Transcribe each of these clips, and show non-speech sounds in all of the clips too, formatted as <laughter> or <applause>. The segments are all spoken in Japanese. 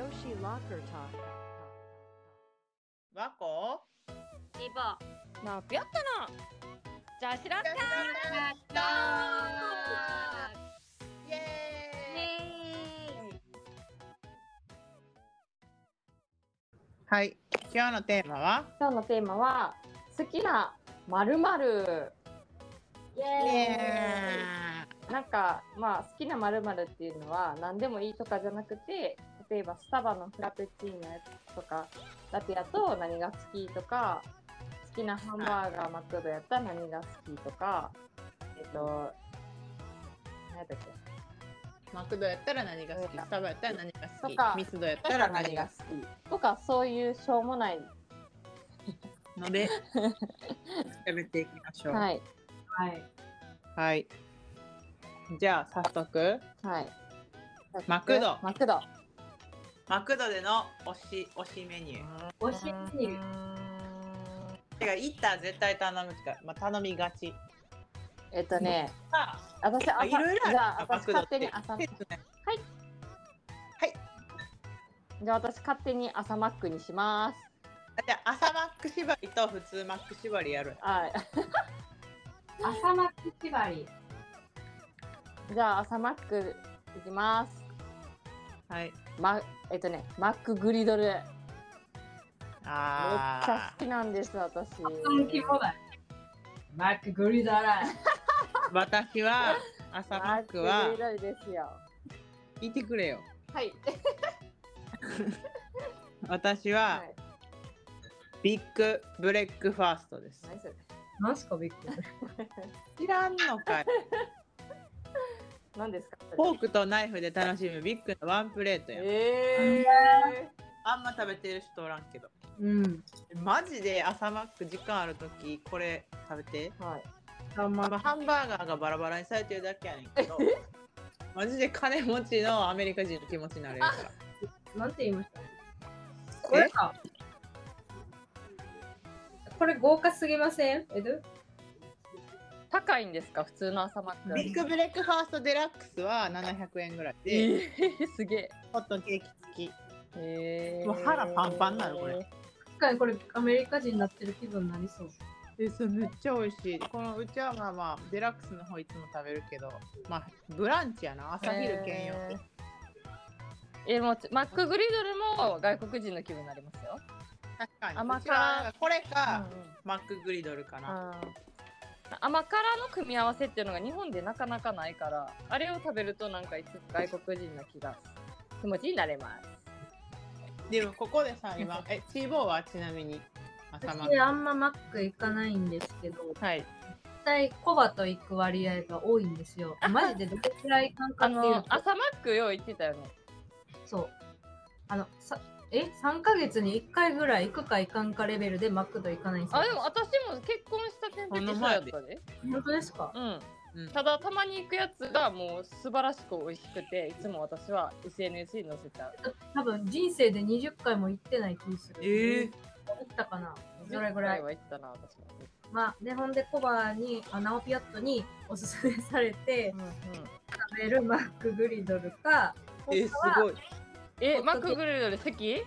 Soccer Talk. 和子リボやなくやったなじゃあ知らんかったイエーイーイエーイはい、今日のテーマは今日のテーマは好きなまるまる。イイエなんかまあ好きなまるまるっていうのは何でもいいとかじゃなくて、例えばスタバのフラペチーノとかラテやと何が好きとか、好きなハンバーガーマクドやったら何が好きとか、えっと何だっけマクドやったら何が好きスタバやったら何が好とかきミスドやったら何が好好きとかそういうしょうもない。きので調べていきましょう。はい。はいはいじゃあ早速はい。マクドマクド。マクドでの推し推しメニュー。おしいるてか行ったら絶対頼むか、まあ頼みがち。えっとね、さ私あ、朝あいろいろあるじゃあなマ私クドっ勝て手に朝説明じゃあ私勝手に朝マックにします。あじゃあ朝マック縛りと普通マック縛りやる。はい。 <laughs> 朝マック縛りじゃあ朝マックいきます。はい。まえっとねマックグリドルめっちゃあ好きなんです私。だマックグリだらあ、私は朝マックはマックグリドルですよ。聞いてくれよ。はい。私 <laughs> は。はいビッグブレックファーストです。何それマスコビック知らんのかい。何ですか。フォークとナイフで楽しむビッグのワンプレートや。えあんま食べてる人おらんけど。うんマジで朝マック時間あるときこれ食べて。ー。はい。あんままあ、ハンバーガーがバラバラにされてるだけやねんけど。マジで金持ちのアメリカ人の気持ちになれるから。なんて言いましたえこれかこれ豪華すぎませんえど高いんですか普通の朝マックよビり。ッグブレックファーストデラックスは700円ぐらいえで、ー、すげえ。ホットケーキ付き。えー、もう腹パンパンなのこれ。確かにこれアメリカ人になってる気分になりそうえそれめっちゃ美味しいこのうちはまあまあデラックスの方いつも食べるけどまあブランチやな朝昼兼用えーえもうマックグリドルも外国人の気分になりますよ。確かに甘辛うちはなんかこれか、うんうんマックグリドルかな、あー甘辛の組み合わせっていうのが日本でなかなかないからあれを食べるとなんかいつ外国人な気が気持ちになれますでもここでさ <laughs> 今えチーボーはちなみに朝マッ私あんまマック行かないんですけどはい絶対コバと行く割合が多いんですよ。マジでどれくらい行かあんかっていうのと、朝マックよう言ってたよねそう。あの、さえ、3ヶ月に1回ぐらい行くか行かんかレベルでマクド行かないんですよ。あでも私も結婚した点滴そうやったで本当ですかうんうんただたまに行くやつがもう素晴らしく美味しくていつも私は SNS に載せちゃう多分人生で20回も行ってない気する。えー行ったかなどれぐらい10回は行ったな私も、まあ、で、ほんでコバに、あナオピアットにおすすめされてうんうん、食べるマックグリドルか、ほんえすまはごいえマックグリドル席え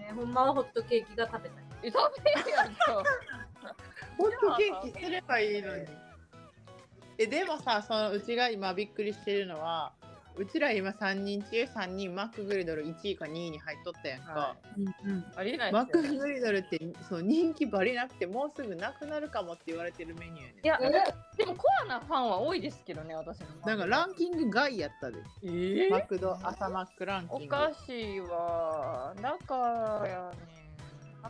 えーほんまはホットケーキが食べたい。食べるやん今ホットケーキすればいいのにえでもさそのうちが今びっくりしてるのはうちら今3人中3人マックグリドル1位か2位に入っとったやんか、はうんうん。 <laughs> 日ありえないマックですよねグリドルってそう人気バリなくてもうすぐなくなるかもって言われてるメニューやねいや、でもコアなファンは多いですけどね、私のファン。なんかランキング外やったでえマクド朝マックランおキングかしいわ。だからやね。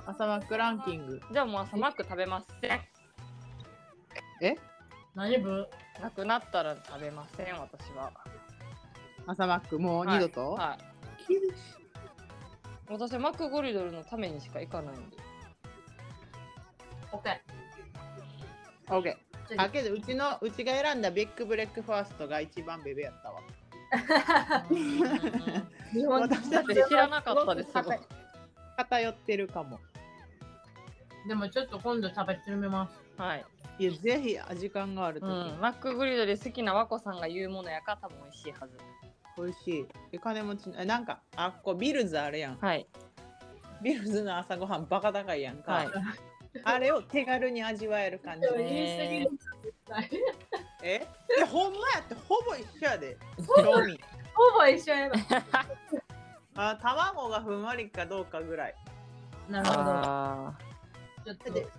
朝マックランキングじゃあもう朝マック食べません。え何部なくなったら食べません、私は。朝マックもう二度と、はい。私はマックゴリドルのためにしか行かないんで。 ?OK。オッケじーゃあけどうちのうちが選んだビッグブレックファーストが一番ベベやったわあ <laughs> 日本私だって知らなかったですごく偏ってるかもでもちょっと今度食べてみます。 <laughs> はい。いやぜひ時間があるうとき、ん。マックゴリドル好きな和子さんが言うものやから多分美味しいはず。美味しいで金持ちのあなんかあっこビルズあるやんはいビルズの朝ごはんバカ高いやんか、はいあれを手軽に味わえる感じね言い過ぎです絶対えでほんまやってほぼ一緒やで興味ほぼ一緒やあ卵がふんわりかどうかぐらいな。なるほど。あちょっと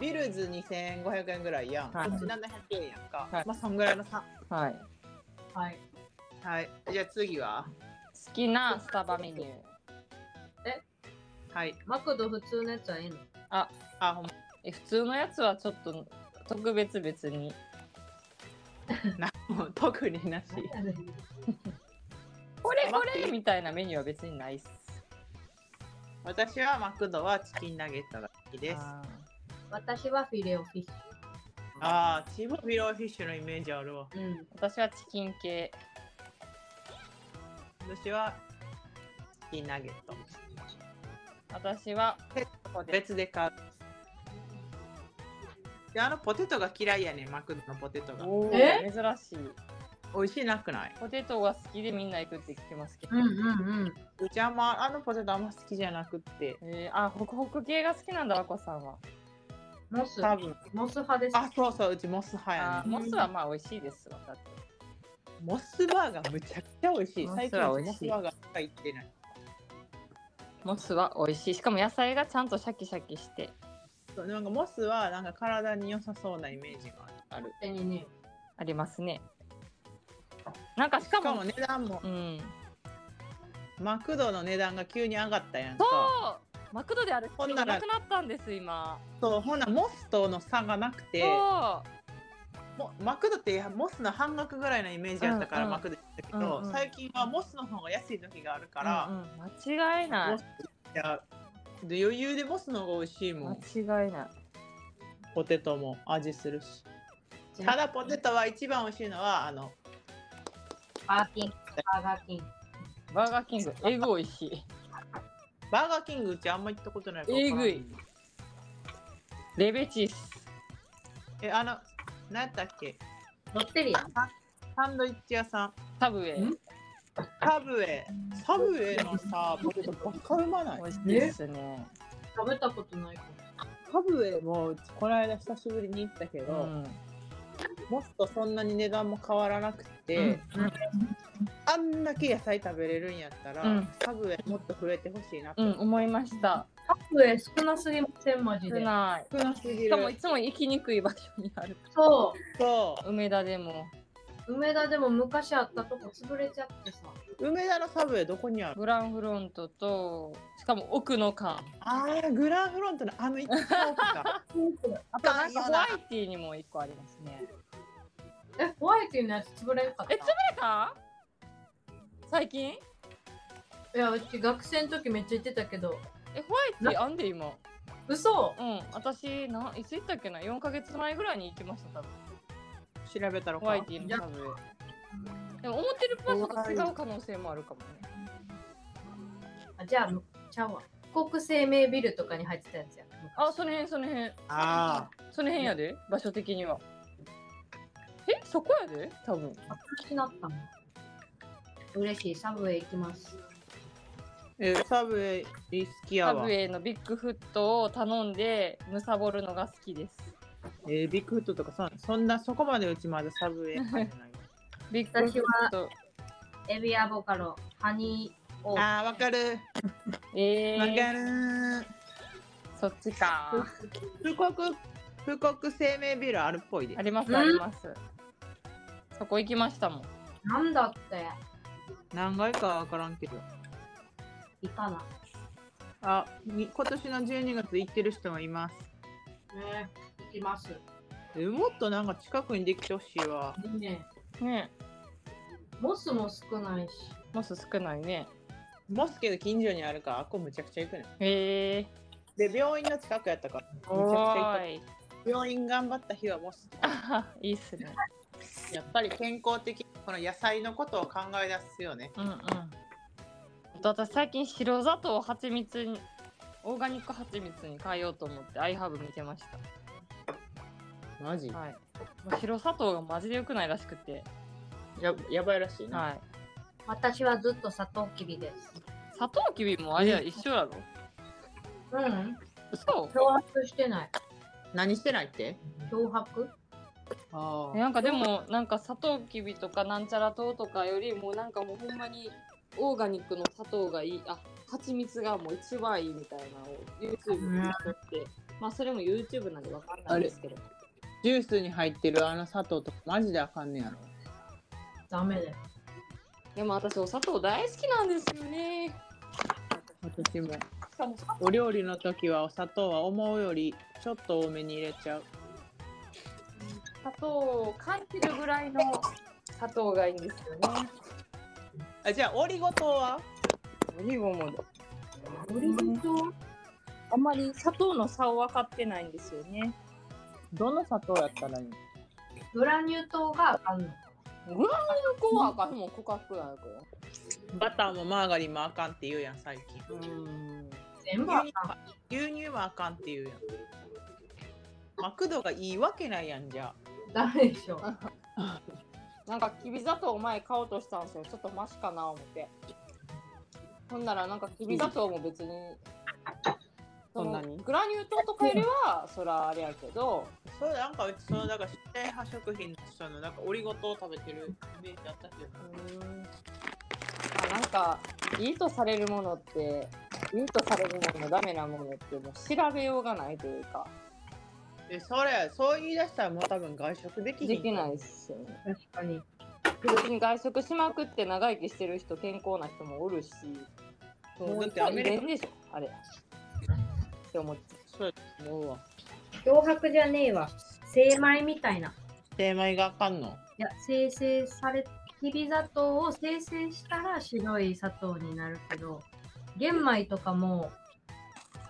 ビルズ2500円ぐらいやん、はいこっち700円やんか、はいまあそんぐらいの差ーはいはい。はいじゃあ次は好きなスタバメニュー。はいマクド普通のやつはいいのあほんまえ普通のやつはちょっと特別別に。もう <laughs> 特になしこれこれみたいなメニューは別にないっす。私はマクドはチキンナゲットが好きですあ私はフィレオフィッシあーチーボフィローフィッシュのイメージあるわュ。うん。ー私はチキン系。私はチキンナゲット私は別で買うであのポテトが嫌いやねんマクドのポテトがおーえ珍しい。美味しいなくないポテトが好きでみんな行くって聞きますけど。うんうんうん。うちあんまあのポテトあんま好きじゃなくってえー、あ、ホクホク系が好きなんだ、あこさんは。モス。多分モス派です。あそうそううちモス派やあーねモスはまあ美味しいですわ。だってモスバーガーむちゃくちゃ美味しいモ最ス近はうち美モ味スしいバーガーしか行ってないモスは美味しい。しかも野菜がちゃんとシャキシャキして。そうなんかモスはなんか体に良さそうなイメージがある勝手にね。ありますね。なんかしかしかも、も値段もうん。マクドの値段が急に上がったやんそかうマクドである必要がなくなったんです、今。そうほんならモスとの差がなくてそうもマクドってモスの半額ぐらいのイメージあったから、うんうんマクド行ったけど、うんうん最近はモスの方が安い時があるから、うんうん間違いなモスいやで余裕でモスの方が美味しいもんい。間違いない。ポテトも味するしただポテトは一番美味しいのはあのバーキン。バーガーキン。バーガーキング、エグ美味しい。バーガーキングうちあんま行ったことないから分からんえぐいレベチス。えあの何やったっけロッテリア。サンドイッチ屋さんサブウェイん。サブウェイサブウェイのさポテトばっかうまない美味しいですね。食べたことないかも。サブウェイもうちこの間久しぶりに行ったけうど、ん。モスとそんなに値段も変わらなくて、うんあんだけ野菜食べれるんやったら、うんサブウェイもっと増えてほしいなってうん、思いました。カップへ少なすぎません、マジ少で。ない。少なすぎしるかもいつも行きにくい場所にある。そそ梅田でも。う。梅田でも昔あったとこ潰れちゃってさ。う梅田のサブウェイどこにあるグランフロントと、しかも奥の館。あーグランフロントのあの一番奥 <laughs> かあとなんかホワイティーにも一個ありますね。え、ホワイトのやつ潰れんかった。え潰誰か最近いや、うち学生の時めっちゃ行ってたけど。え、ホワイティーあんで今。嘘うん、私、ないつ行ったっけな ?4 ヶ月前ぐらいに行きました、多分。調べたらホワイティーのサブウェイ。でも思ってる場所と違う可能性もあるかもね。あじゃあ、ちゃうわ。国生命ビルとかに入ってたやつや。あ、その辺、その辺。あその辺やで、場所的には。え、そこやで多分。私なったもん。嬉しい、サブウェイ行きます。ーえサブウェイ好きやサブウわェイのビッグフットを頼んで、むさぼるのが好きです。えービッグフットとかさそんなそこまでうちまだサブウェイ入ってないビッグフット。エビアボカド、ハニーオーあーわかるえわかー、るそっちか。福国福国生命ビルあるっぽいでありますうんあります。そこ行きましたもん。なんだって、何回かわからんけどいたな。あに今年の12月行ってる人もいますね、行きます。えもっとなんか近くにできてほしいわいいね。ねモスも少ないし。モス少ないね。モスけど近所にあるからあっこむちゃくちゃ行くねへえで病院の近くやったからむちゃー。くちゃ行っおたーい。 <laughs> 病院頑張った日はモスあははいいっすね。やっぱり健康的この野菜のことを考え出すよねうんうん。あと私最近白砂糖を蜂蜜にオーガニック蜂蜜に変えようと思ってアイハーブ見てましマジた。はい。もう白砂糖がマジで良くないらしくて。ややばいらしいな、はい。私はずっとサトウキビです。砂糖きびもあれや一緒やろうん。そ脅迫してない。何してないって脅迫あうなんかでもなんか砂糖きびとかなんちゃら糖とかよりもうなんかもうほんまにオーガニックの砂糖がいいあ蜂蜜がもう一番いいみたいなのを YouTube で見て、まあそれも YouTube なんでわかんないんですけどジュースに入ってるあの砂糖とかマジであかんねやろダメだよ。でも私お砂糖大好きなんですよねし私もかも砂糖お料理の時はお砂糖は思うよりちょっと多めに入れちゃう砂糖を感じるぐらいの砂糖がいいんですよね。あじゃあオリゴ糖はオリゴもオリゴ糖あんまり砂糖の差を分かってないんですよね。どの砂糖やったらいいのグラニュー糖があんの。グラニュコはあかんもん、コカ・コーラやから。バターもマーガリンもあかんって言うやん最近うん。全部あかん。牛乳もあかんって言うやんマクドがいいわけないやんじゃダメでしょ。なんかきび砂糖前買おうとしたんですよ。ちょっとマシかな思って。ほんならなんかきび砂糖も別に。そんなにそのグラニュー糖とかよりはそらあれやけどあそうなんかうちそのなんか指定派食品の人のなんかオリゴ糖を食べてるイメージあったけどうーんあなんかいいとされるものっていいとされるものダメなものってもう調べようがないというかえそれそう言い出したらもう多分外食できひんできないっすよね確かに。別に外食しまくって長生きしてる人健康な人もおるしそうもだうってアメリカ遺伝でしょあれって思ってそうやと思うわ脅迫じゃねえわ。精米みたいな。精米があかんのいや、生成され、きび砂糖を生成したら白い砂糖になるけど、玄米とかも、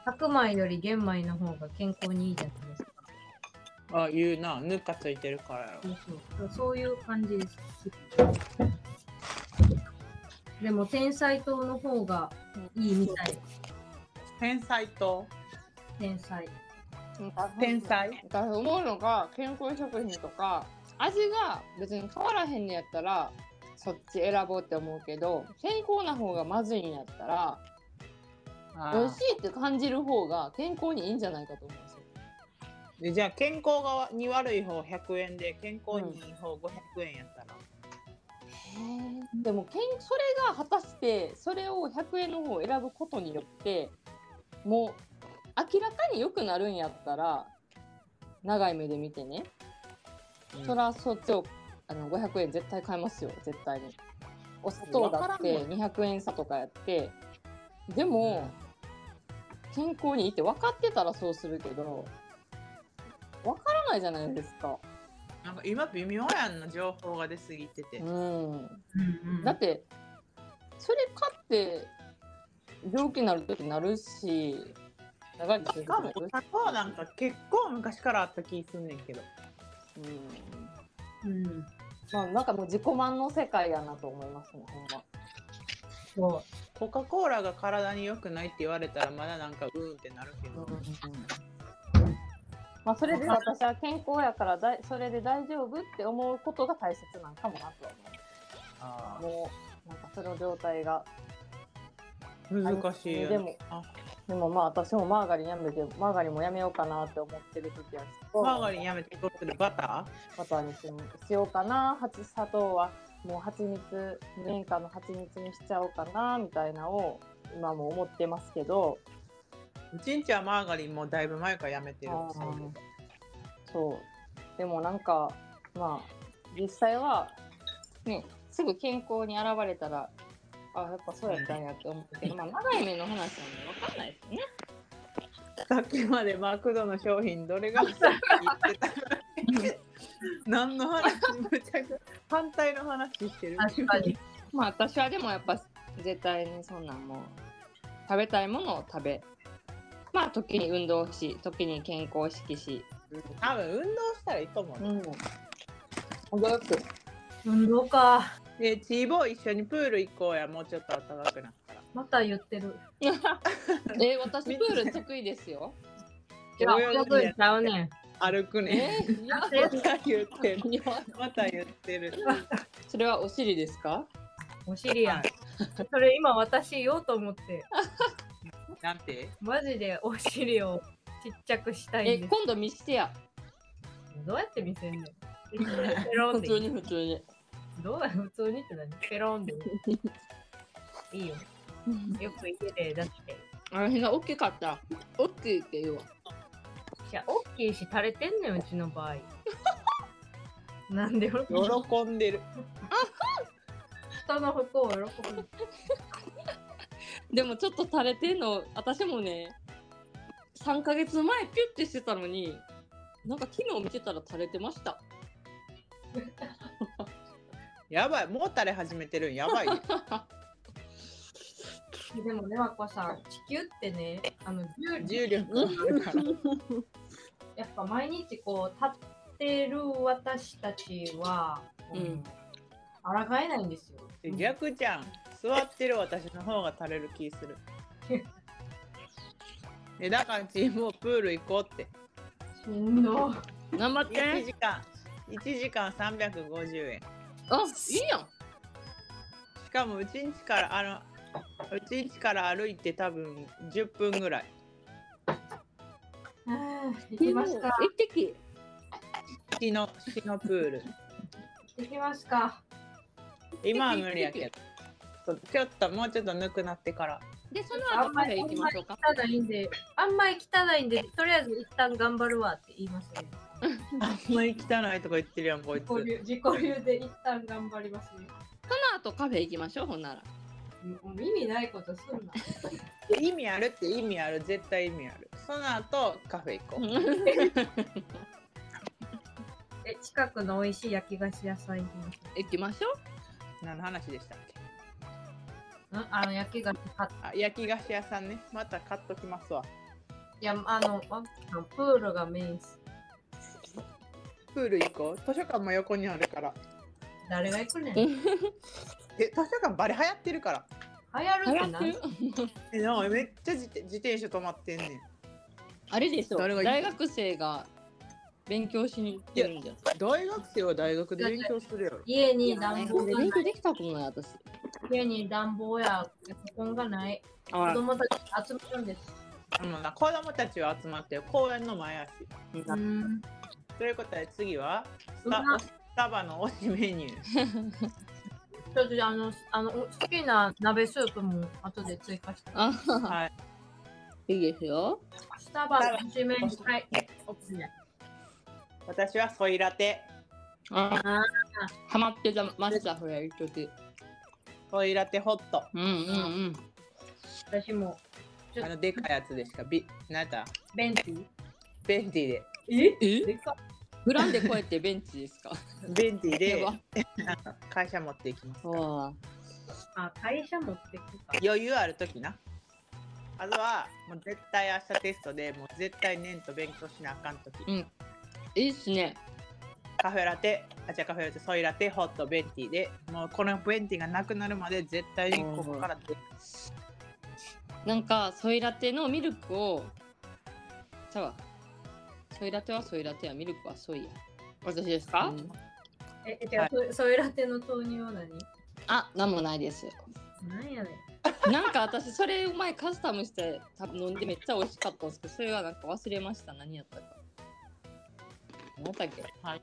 白米より玄米の方が健康にいいじゃないですか。あ言うなぬかついてるからやろそうそうそういう感じです。でも、天才糖の方がいいみたいです。天才と天才。天才だから思うのが健康食品とか味が別に変わらへんのやったらそっち選ぼうって思うけど健康な方がまずいんやったら美味しいって感じる方が健康にいいんじゃないかと思うんですよ。でじゃあ健康がに悪い方100円で健康にいい方500円やったら、でもけんそれが果たしてそれを100円の方を選ぶことによってもう明らかに良くなるんやったら長い目で見てねうんそらそっちをあの500円絶対買いますよ絶対にお砂糖だっわてか200円差とかやってでも、健康にいいって分かってたらそうするけど分からないじゃないですか、なんか今微妙やんな情報が出過ぎてて、うん、うんうんだってそれ買って病気になる時なるし長いしかもお砂糖なんか結構昔からあった気すんねんけどうんうん。まあなんかもう自己満の世界やなと思いますねほんまそコカ・コーラが体に良くないって言われたらまだなんかうーんってなるけど、まあ、それで私は健康やからだいそれで大丈夫って思うことが大切なんかもなとはあ思うもうなんかその状態がー難しいよ、ね、でもあでもまあ私もマーガリンやめてマーガリンもやめようかなって思ってる時はマーガリンやめてどうするバタバターにしようかな蜂砂糖はもう蜂蜜無添加の蜂蜜にしちゃおうかなみたいなのを今も思ってますけどーうちんちはマーガリンもだいぶ前からやめてるあーそういうのそうでもなんかまあ実際はねすぐ健康に現れたらあやっぱそうやったんやって思うけど、まあ、長い目の話なんで分かんないですね。さっきまでマクドの商品どれが欲しいって言ってたのに何の話むちゃく反対の話してるう。確かに。まあ私はでもやっぱ絶対にそんなんもう食べたいものを食べまあ時に運動し時に健康を意識し多分運動したらいいと思う、うん。驚く。運動か。えチーボー一緒にプール行こうやもうちょっと暖かくなったらまた言ってる。えー、私プール得意ですよ。いや、泳ぐんちゃうねん。歩くね <laughs> えー、いや、また言ってるいやまた言ってるそれはお尻ですか？お尻やん。それ今私言おうと思って、なんてマジでお尻をちっちゃくしたいえんです。今度見してやどうやって見せん <laughs> のペロン普で通いいに普通にどうや普通にって何ペロンでいい。いいよ。よく家でだって。あの辺が大きかった大きいって言うわいや、大きいし垂れてんねん、うちの場合。なんで俺喜んでる。人の服を喜ぶ。でもちょっと垂れてんの私もね3ヶ月前ピュッてしてたのになんか昨日見てたら垂れてましたやばい、もう垂れ始めてるんやばい。でもね、和子さん、地球ってね、あの重力重力があるから。やっぱ毎日こう立ってる私たちは、うん抗えないんですよ。え逆じゃん。座ってる私の方が垂れる気 <laughs> する。えだからチームをプール行こうって。しんど頑張っ1て時間、1時間350円。あいいやんしかもうちんちからあのうちんちから歩いて多分10分ぐらいい。行きますか。一滴市の市のプール行きますか。今は無理やけどそうちょっともうちょっとぬくなって <laughs> からでその後カフェ行きましょうか汚いんで、あんまり汚いんで、とりあえず一旦頑張るわって言いますね。あんまり汚いとか言ってるやんこいつ自己流自己流で一旦頑張りますね。その後カフェ行きましょうほんならもう意味ないことすんな。意味あるって意味ある絶対意味あるその後カフェ行こうえ、近くの美味しい焼き菓子屋さん行きまし行きましょう何の話でしたっけょう。んあの焼き菓子買っあ焼き菓子屋さんねまた買っときますわいや、あの、ワンちゃんプールがメインっす。プール行こう図書館も横にあるから誰が行くねん。うん流え図書館バリ流行ってるから行るってな。えなんかめっちゃ自転自転車止まってんねんあれでしょ誰が行く大学生が勉強しに行ってるんじゃん大学生は大学で勉強するやろ家に暖勉房がない強できたことない私家に暖房やエアコンがない子供たち集めるんです。でもな子供たちは集まって公園の前足うーん。ということで次はスうタまスタバの推しメニューちょっとあのあの好きな鍋スープも後で追加して。あ <laughs> はいいいですよスタバの一面にはい。オプション私はソイラテああハマってましたそれ一時ソイラテホットうんうんー私もちょあのでかいやつでしかビなんやったベンチ。ベンテ <laughs> ィでえ？うんえでかグランでこうやってベンチ <laughs> ですかベンティやでば会社持っていきますああ会社持ってくか。余裕ある時なあとはもう絶対明日テストでもう絶対年と勉強しなあかん時うんいいっすねカフェラテあじゃあカフェラテソイラテホットベンティでもうこのベンティがなくなるまで絶対にここから出なんかソイラテのミルクをちゃうわソイラテはソイラテやミルクはソイや私ですか、うんええ違う、そソイラテの豆乳は何？あなんもないですなんやねん。なんか私それ前カスタムして多分飲んでめっちゃ美味しかったんですけどそれはなんか忘れました何やったか何やったっけはい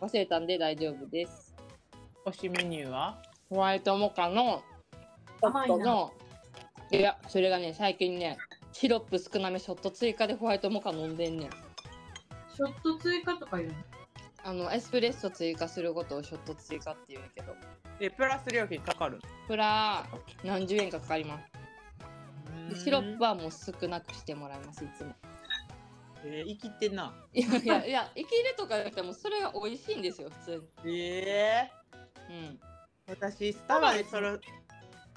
忘れたんで大丈夫です推しメニューはホワイトモカの甘いな。のいやそれがね最近ねシロップ少なめショット追加でホワイトモカ飲んでんねんショット追加とか言うの？あのエスプレッソ追加することをショット追加って言うんやけどえプラス料金かかるプラ何十円かかかりますでシロップははもう少なくしてもらいますいつもえー、生きてんないやいやいや生きるとかじゃなくてもうそれが美味しいんですよ普通にええうん私スタバでそれ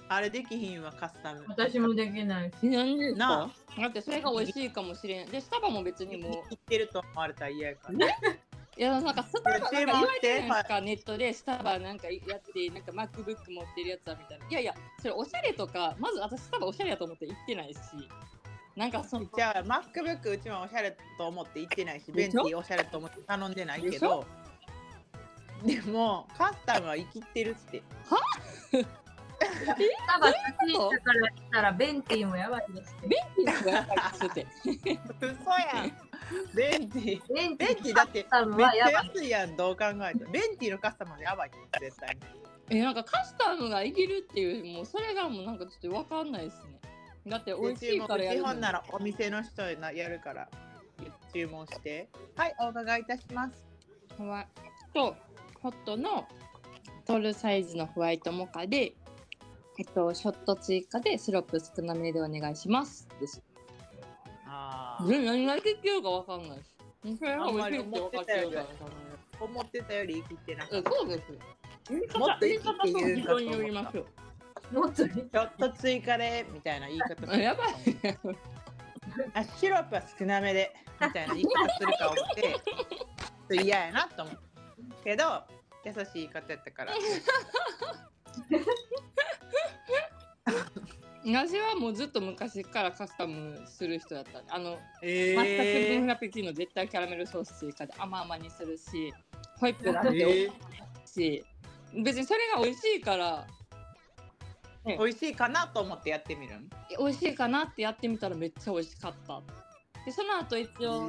あれできひんわカスタム私もできない。何ですかなだってそれが美味しいかもしれんでスタバも別にも生きてると思われたら嫌やからういやなんかスタバなんか注言文わしてれてるんですかネットでスタバなんかやってなんか MacBook 持ってるやつだみたいないやいやそれおしゃれとかまず私スタバおしゃれやと思って行ってないしなんかそのじゃあ MacBook うちもおしゃれと思って行ってないしベンでしテょィおしゃれと思って頼んでないけでしどでもカスタムは生きてるってタバ立ち位置からしたらベンティもやばいですけど。て。嘘やん。ベンティ。ベンテベンィティだって多分めっはちやばゃい。安いやん、どう考えても。ベンティのカスタマーやばいって絶対に。え、なんかカスタムがいけるっていう、もうそれがもうなんかちょっとわかんないですね。だって美で味し注い文からや基るの本に。ならお店の人なやるから注文して。はい、お伺いいたします。ホワイトホットのトールサイズのホワイトモカで、えっと、ショット追加でシロップ少なめでお願いします。です。あーで何ができるかわかんないし。それは美味しいって分かってるから。思ってたより生きてなかうっんた。そうです。もっと生きて言い言うかと方とにより思まっすよ。もっとねた。ちょっと追加でみたいな言い方。あやばい。あシロップは少なめでみたいな言い方するか思ってちょっと嫌やなと思うけど優しい言い方やったから私はもうずっと昔からカスタムする人だったんであの、えマスタークリームフラペチーノ絶対キャラメルソース追加で甘々にするしホイップを取っておいし、別にそれが美味しいから美味しいかなと思ってやってみるんえ美味しいかなってやってみたらめっちゃ美味しかったでその後一応、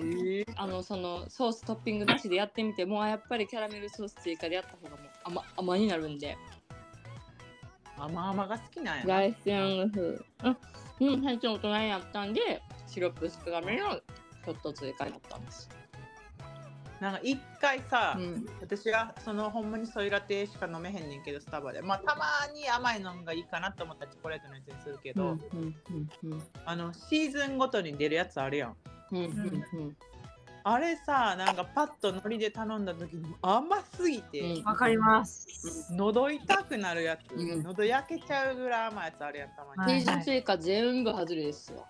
あのそのソーストッピングなしでやってみてもうあやっぱりキャラメルソース追加でやった方がもう甘甘になるんで甘々が好きなんやな外ン風うん、うん、最初大人になったんでシロップ少なめのちょっと追加になったんですなんか一回さ、うん私がそのほんまにソイラテしか飲めへんねんけどスタバでまあたまに甘いのがいいかなと思ったらチョコレートのやつにするけど、うんうんうんあのシーズンごとに出るやつあるやんうんうんうんあれさなんかパッと海苔で頼んだ時に甘すぎて、うんわかります。喉痛くなるやつ、うん喉焼けちゃうぐらい甘いやつあるやんたまはシに、いーズン追加全部外れですわ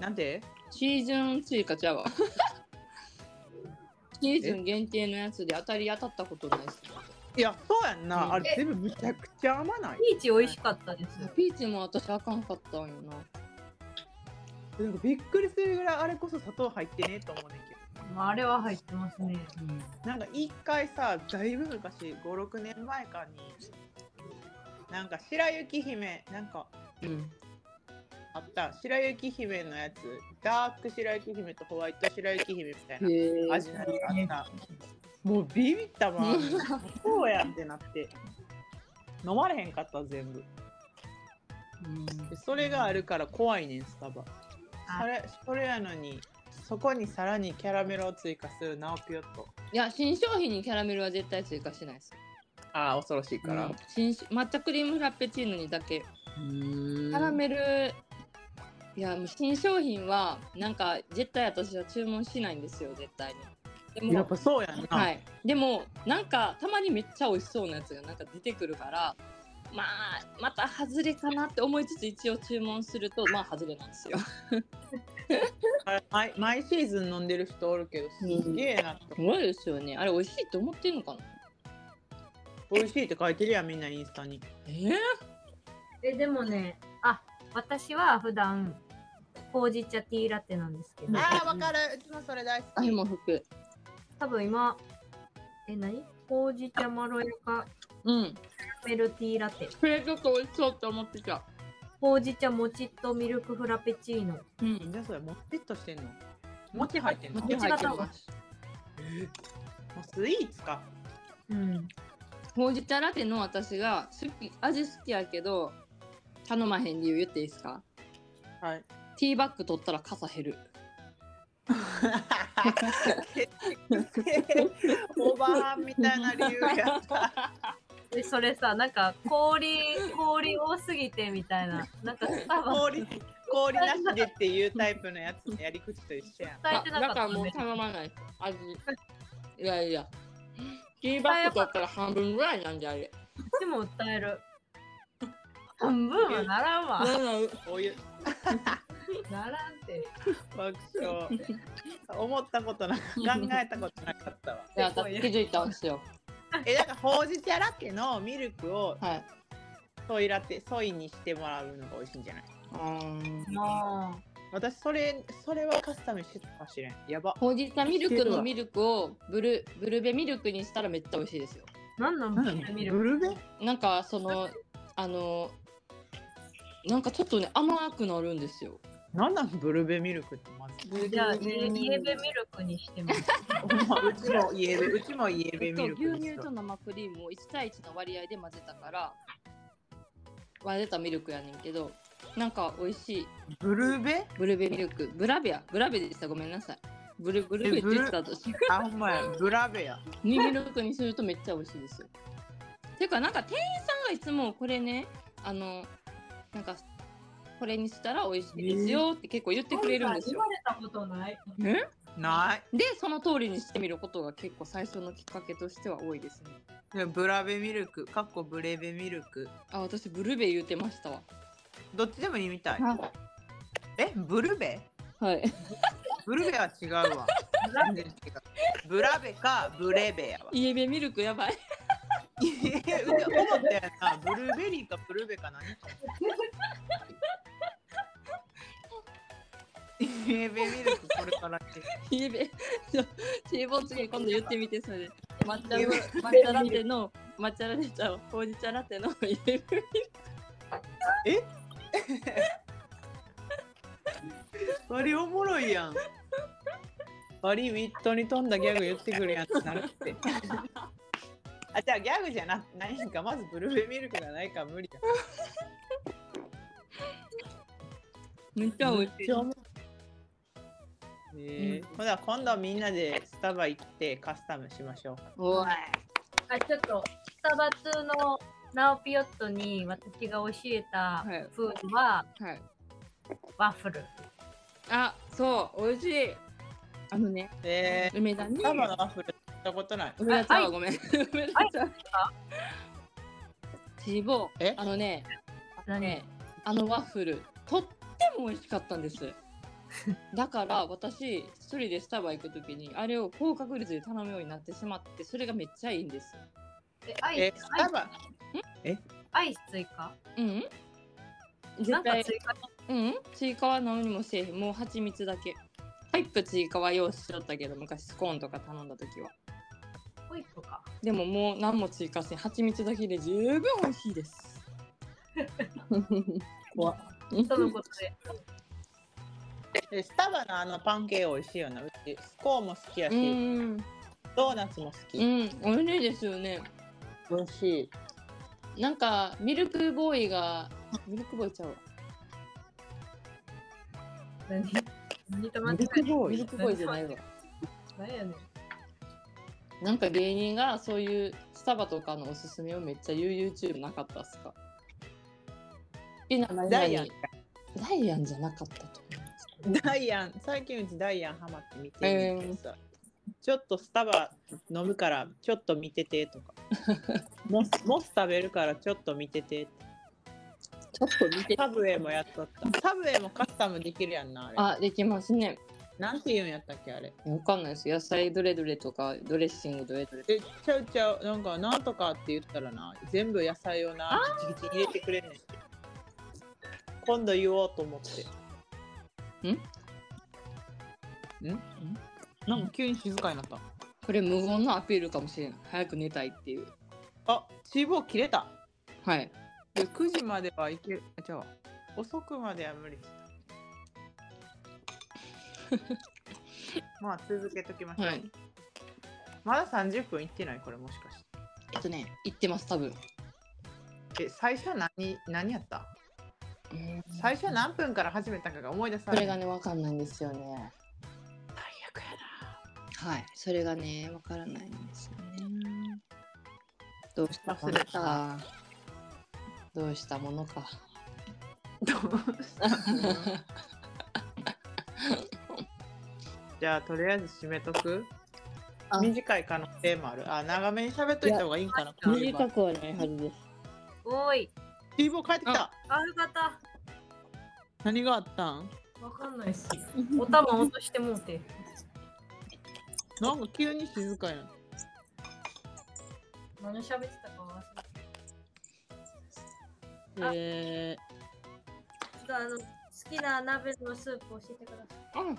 なんでシーズン追加 <laughs> ちゃうわシーズン限定のやつで当たり当たったことないっすねいやそうやんな、うんあれ全部むちゃくちゃ甘ないピーチ美味しかったです。ピーチも私あかんかったんよななんかびっくりするぐらいあれこそ砂糖入ってねえと思うねんけまあ、あれは入ってますね。どなんか一回さだいぶ昔56年前かになんか白雪姫なんかうんあった白雪姫のやつダーク白雪姫とホワイト白雪姫みたいなへえ味のやつあったもうビビったもんそうやってなって飲まれへんかった全部でそれがあるから怖いねんスタバそれそれやのにそこにさらにキャラメルを追加するナオピヨットいや新商品にキャラメルは絶対追加しないですああ恐ろしいから、うん新種抹茶クリームフラペチーノにだけキャラメルいやもう新商品はなんか絶対私は注文しないんですよ絶対にでやもっぱそうやんな、はいでもなんかたまにめっちゃ美味しそうなやつがなんか出てくるからまあまた外れかなって思いつつ一応注文するとまあ外れなん <laughs> ですよあれ毎毎シーズン飲んでる人おるけどすげえなと、すごいですよねあれ美味しいと思ってんのかな美味しいって書いてるやんみんなインスタにえー、え、でもね、あ、私は普段、ほうじ茶ティーラテなんですけど、ああわかるうちもそれ大好あきれも服多分今、え、何ほうじ茶まろやかうキんャラメルティーラテ、これちょっと美味しそうって思ってたほうじ茶もちっとミルクフラペチーノ、うんじゃあそれもっちっとしてんのもち入ってんのもち入ってもますうスイーツかうん、ほうじ茶ラテの私が好き味好きやけど頼まへん理由言っていいですかはいティーバッグ取ったら傘減る <laughs> おばあみたいな理由や <laughs> った。でそれさなんか氷氷多すぎてみたいななんかスタバ氷氷なしでっていうタイプのやつのやり口と一緒やん。伝えてなかっだかたらんでもう頼まない味いやいやティーバッグ取ったら半分ぐらいなんじゃあれでも訴える。半分はならんわ。ななお湯ならんって。爆笑。思ったことなかった考えたことなかった <laughs> わ。いや私気づいたんですよえだからほうじ茶ラテのミルクをはいソイラテソイにしてもらうのが美味しいんじゃない？うんも私それそれはカスタムしてたかもしれん。やば。ほうじ茶ミルクのミルクをブルブルベミルクにしたらめっちゃ美味しいですよう。なんなんブルベミルク。ルベ？なんかそのあのなんかちょっとね甘くなるんですよ。なんなんブルベミルクってマジじゃあ、イエイエベミルクにしてます。うちもイエベ、うちもイエえベっと、ミル牛クに乳しとた。生クリームを1対1の割合で混ぜたから混ぜたミルクやねんけどなんか美味しいブルベ？ブルベミルクブラベアブラベでしたごめんなさいブルブルベって言ってた私あほんまや、ブラベや。ミミルクにするとめっちゃ美味しいですよ。ていうかなんか店員さんがいつもこれねあのなんかこれにしたら美味しいですよって結構言ってくれるんです言よわ。れたことない。ない。でその通りにしてみることが結構最初のきっかけとしては多いですね。でブラベミルク、かっこブレベミルク。あ私ブルベ言ってましたわ。どっちでもいいみたい。あえ、ブルベ？はい。 <laughs> ブルベは違うわ。全然違うブラベかブレベやわ。イエベミルクやばい。いや思ったやな、ブルーベリーかブルーベか <laughs> 何か。イエベミルクこれからって。イエベ。ちょチーボー次今度言ってみてそれ。抹茶イエのベ抹茶ラテの抹茶ラテちゃうわほうじ茶ラテのイエベ。バリおもろいやん。バリウィットに富んだギャグ言ってくるやつなるって。 <laughs> あ、じゃあギャグじゃな、何かまずブルーベミルクがないから無理や。めっちゃ美味しい。ええー、ほな今度みんなでスタバ行ってカスタムしましょう。おい。あ、ちょっと、スタバ2のナオピヨットに私が教えたはいフードははい。ワッフル。あ、そう、美味しい。あのね、ええ梅田ー、にス。タバのワッフル食べたことない。梅田ちゃうわあごめん。 <laughs> 梅田ちゃう。ちぼ、えあのね、何ね、あのワッフル、とっても美味しかったんです。 <laughs> だから私一人でスタバ行くときにあれを高確率で頼むようになってしまってそれがめっちゃいいんです。え、アイえスー、スタバ。アイス追加うん、うん、な絶んか対追加うん追加は何にもせえへんもう蜂蜜だけ。ホイップ追加は用意しとったけど昔スコーンとか頼んだときは。ホイップか。でももう何も追加せん蜂蜜だけで十分美味しいです。怖そのことで。でスタバのあのパン系美味しいよなうちスコーンも好きやし、うん、ドーナツも好き、うん、美味しいですよね。美味しいなんかミルクボーイがミルクボーイちゃうわ。何何と間違ボミルクボーイじゃないわ。えないよねん。なんか芸人がそういうスタバとかのおすすめをめっちゃ言う YouTube なかったっすかえなダイアンダイアンじゃなかったと思います。 <laughs> ダイアン最近うちダイアンハマって見てるんだけどさ、ちょっとスタバ飲むからちょっと見ててとかモスモス食べるからちょっと見ててちょっと <laughs> 見て。サブウェイもやっとったサブウェイもカスタムできるやんなあれあ、できますね。なんて言うんやったっけあれわかんないです。野菜どれどれとか、ドレッシングどれどれ。えちゃうちゃうなんかなんとかって言ったらな全部野菜をなギチギチに入れてくれんねん今度言おうと思ってんんなんか急に静かになったこれ無言のアピールかもしれない。早く寝たいっていう。あ脂肪切れたはい。で9時まではいけるあじゃあ遅くまでは無理 <laughs> まあ続けときましょう、はい。まだ30分いってないこれもしかしえっとね、行ってます、多分。てえ最初何何やった最初何分から始めたかが思い出さそれれるがね、わかんないんですよね。最悪やはい。それがね、わからないんですよね。どうしたも忘のれか。どうしたものか。 <laughs> なじゃあとりあえず締めとくあ短い可能性もあるあ長めに喋っといた方がいいんかなこういう場合くはないはずです。おーい、チーボー帰ってきたある方、何があったんわかん <laughs> ないし。お玉落としてもうて。なんか急に静かやん何喋ってたか忘れえた。ちょっとあの、好きな鍋のスープ教えてください。うん。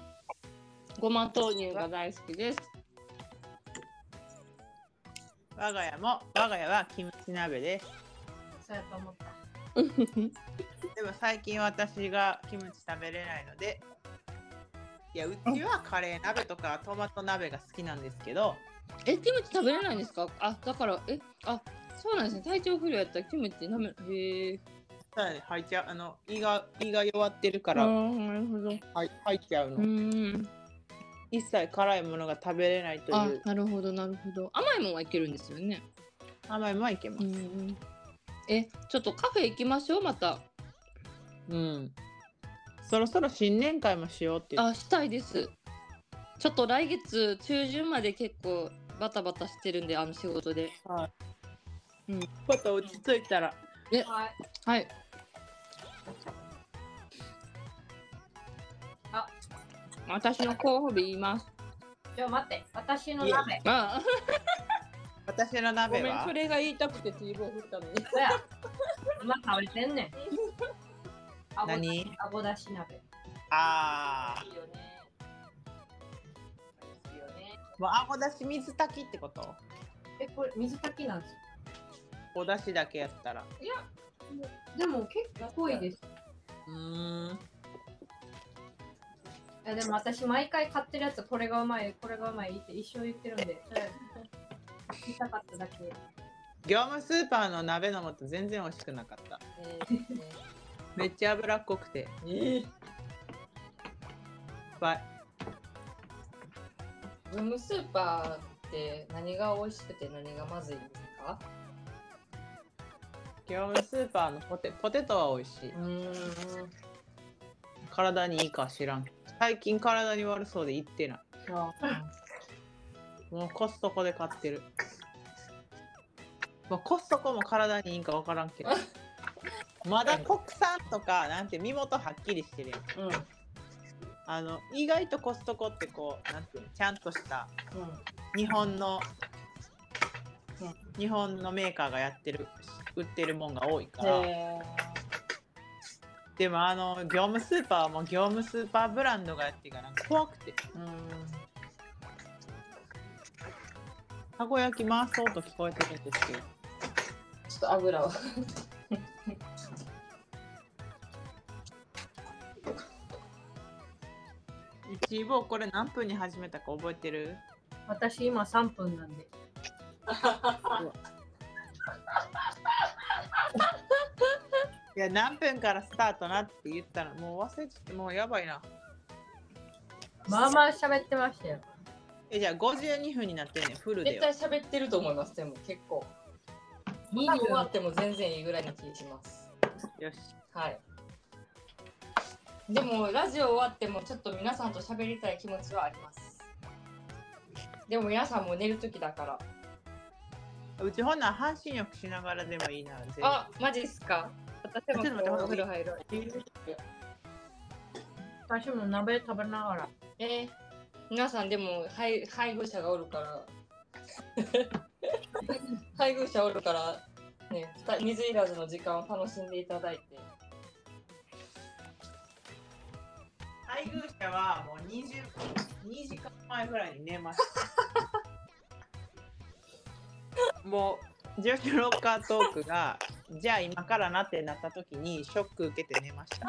ごま豆乳が大好きです。ー、我が家も我が家はキムチ鍋ですそうやと思った。でも最近私がキムチ食べれないのでいやうちはカレー鍋とかトマト鍋が好きなんですけどえ、キムチ食べれないんですかあ、だから、え、あ、そうなんですね。体調不良やったらキムチ食べ、へえ。入っちゃうあの胃が胃が弱ってるかあら、ーなるほど。はい、入っちゃうの、うん。一切辛いものが食べれないとあいう、なるほど、なるほど。甘いもんはいけるんですよね。甘いもはいけまうす、ん。え、ちょっとカフェ行きましょう、また。うんそろそろ新年会もしようって言ってあ、したいです。ちょっと来月中旬まで結構バタバタしてるんで、あの仕事で。また落ち着いたらはい。はい。あ私の候補日言います。じゃあ待って、私のいや鍋。 <laughs> あ私のご鍋めん、はそれが言いたくて T ボー振ったのに。そや。今食べてんねん。あご何あごだし鍋。ああいいよね。いいよね。もうあごだし水炊きってことえ、これ水炊きなんですよおだしだけやったらでも結構濃いです。うーんいやでも私毎回買ってるやつこれがうまいこれがうまいって一生言ってるんで。それ聞きたかっただけ。業務スーパーの鍋の素全然美味しくなかったえーねめっちゃ脂っこくてええばいブームスーパーって何が美味しくて何がまずいんですか業務スーパーのポテポテトは美味しいうん。体にいいか知らん最近体に悪そうで行ってないもうコストコで買ってる <laughs> もうコストコも体にいいんか分からんけどまだ国産とかなんて身元はっきりしてるやんうん。うん。あの意外とコストコってこうなんていうのちゃんとした日本の日本のメーカーがやってる売ってるもんが多いからえでもあの業務スーパーはもう業務スーパーブランドがやってるからなんか怖くてー。うん。たこ焼き回そうと聞こえてるんですけどちょっと油を。一応これ何分に始めたか覚えてる私今3分なんで。いや何分からスタートなって言ったらもう忘れちゃってもうやばいなまあまあ喋ってましたよ。えじゃあ52分になってんねんフルで絶よ対喋ってると思います、でも結構。 2多分終わ分っても全然いいぐらいな気がします。よしはい。でも、ラジオ終わってもちょっと皆さんと喋りたい気持ちはあります。でも皆さんもう寝る時だから。うちほんなら半身浴しながらでもいいな全あ、マジっすか。私もちょっと待ってお風呂入ろう。私も鍋食べながら。えー、皆さんでも配配偶者がおるから。 <laughs> 配偶者おるから、ね、ふた水いらずの時間を楽しんでいただいて。配偶者はもう20 2時間前ぐらいに寝ますもう女子ロッカートークがじゃあ今からなってなった時にショック受けて寝ました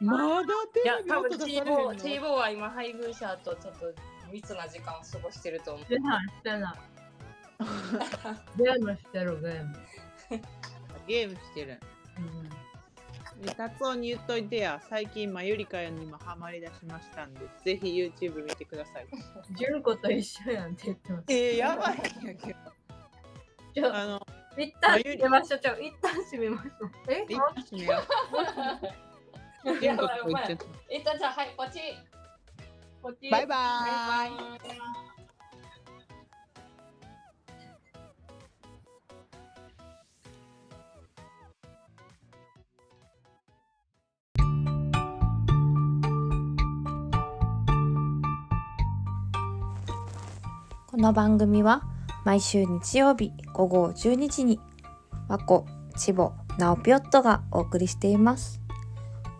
まだテいやレ、ビ多音分出 T されボへー、T んのボーは今配偶者とちょっと密な時間を過ごしてると思う。してない、して <laughs> ない。ゲームしてる、ゲーム。ゲームしてるうんね達夫に言っといてや最近マユリカにもハマりだしましたんでぜひ YouTube 見てください純子と一緒やんって言ってます。えー、やばいんやけどちょあの一旦閉めましょう。ちょ一旦閉めましょう。えリッチね全国行っちゃっえっと、じゃあ、はい、ポチポチたバイバーイこの番組は毎週日曜日午後12時に和子、千穂、ナオピョットがお送りしています。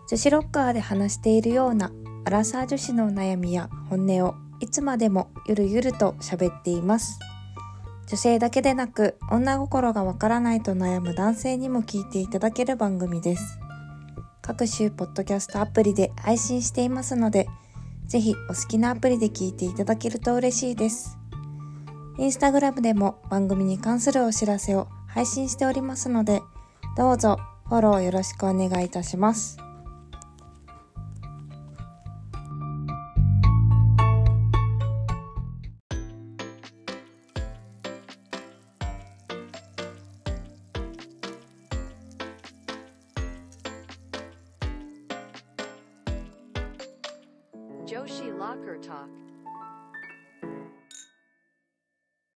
女子ロッカーで話しているようなアラサー女子の悩みや本音をいつまでもゆるゆると喋っています。女性だけでなく女心がわからないと悩む男性にも聞いていただける番組です各種ポッドキャストアプリで配信していますのでぜひお好きなアプリで聞いていただけると嬉しいですインスタグラムでも番組に関するお知らせを配信しておりますのでどうぞフォローよろしくお願いいたします女子ロッカー Talk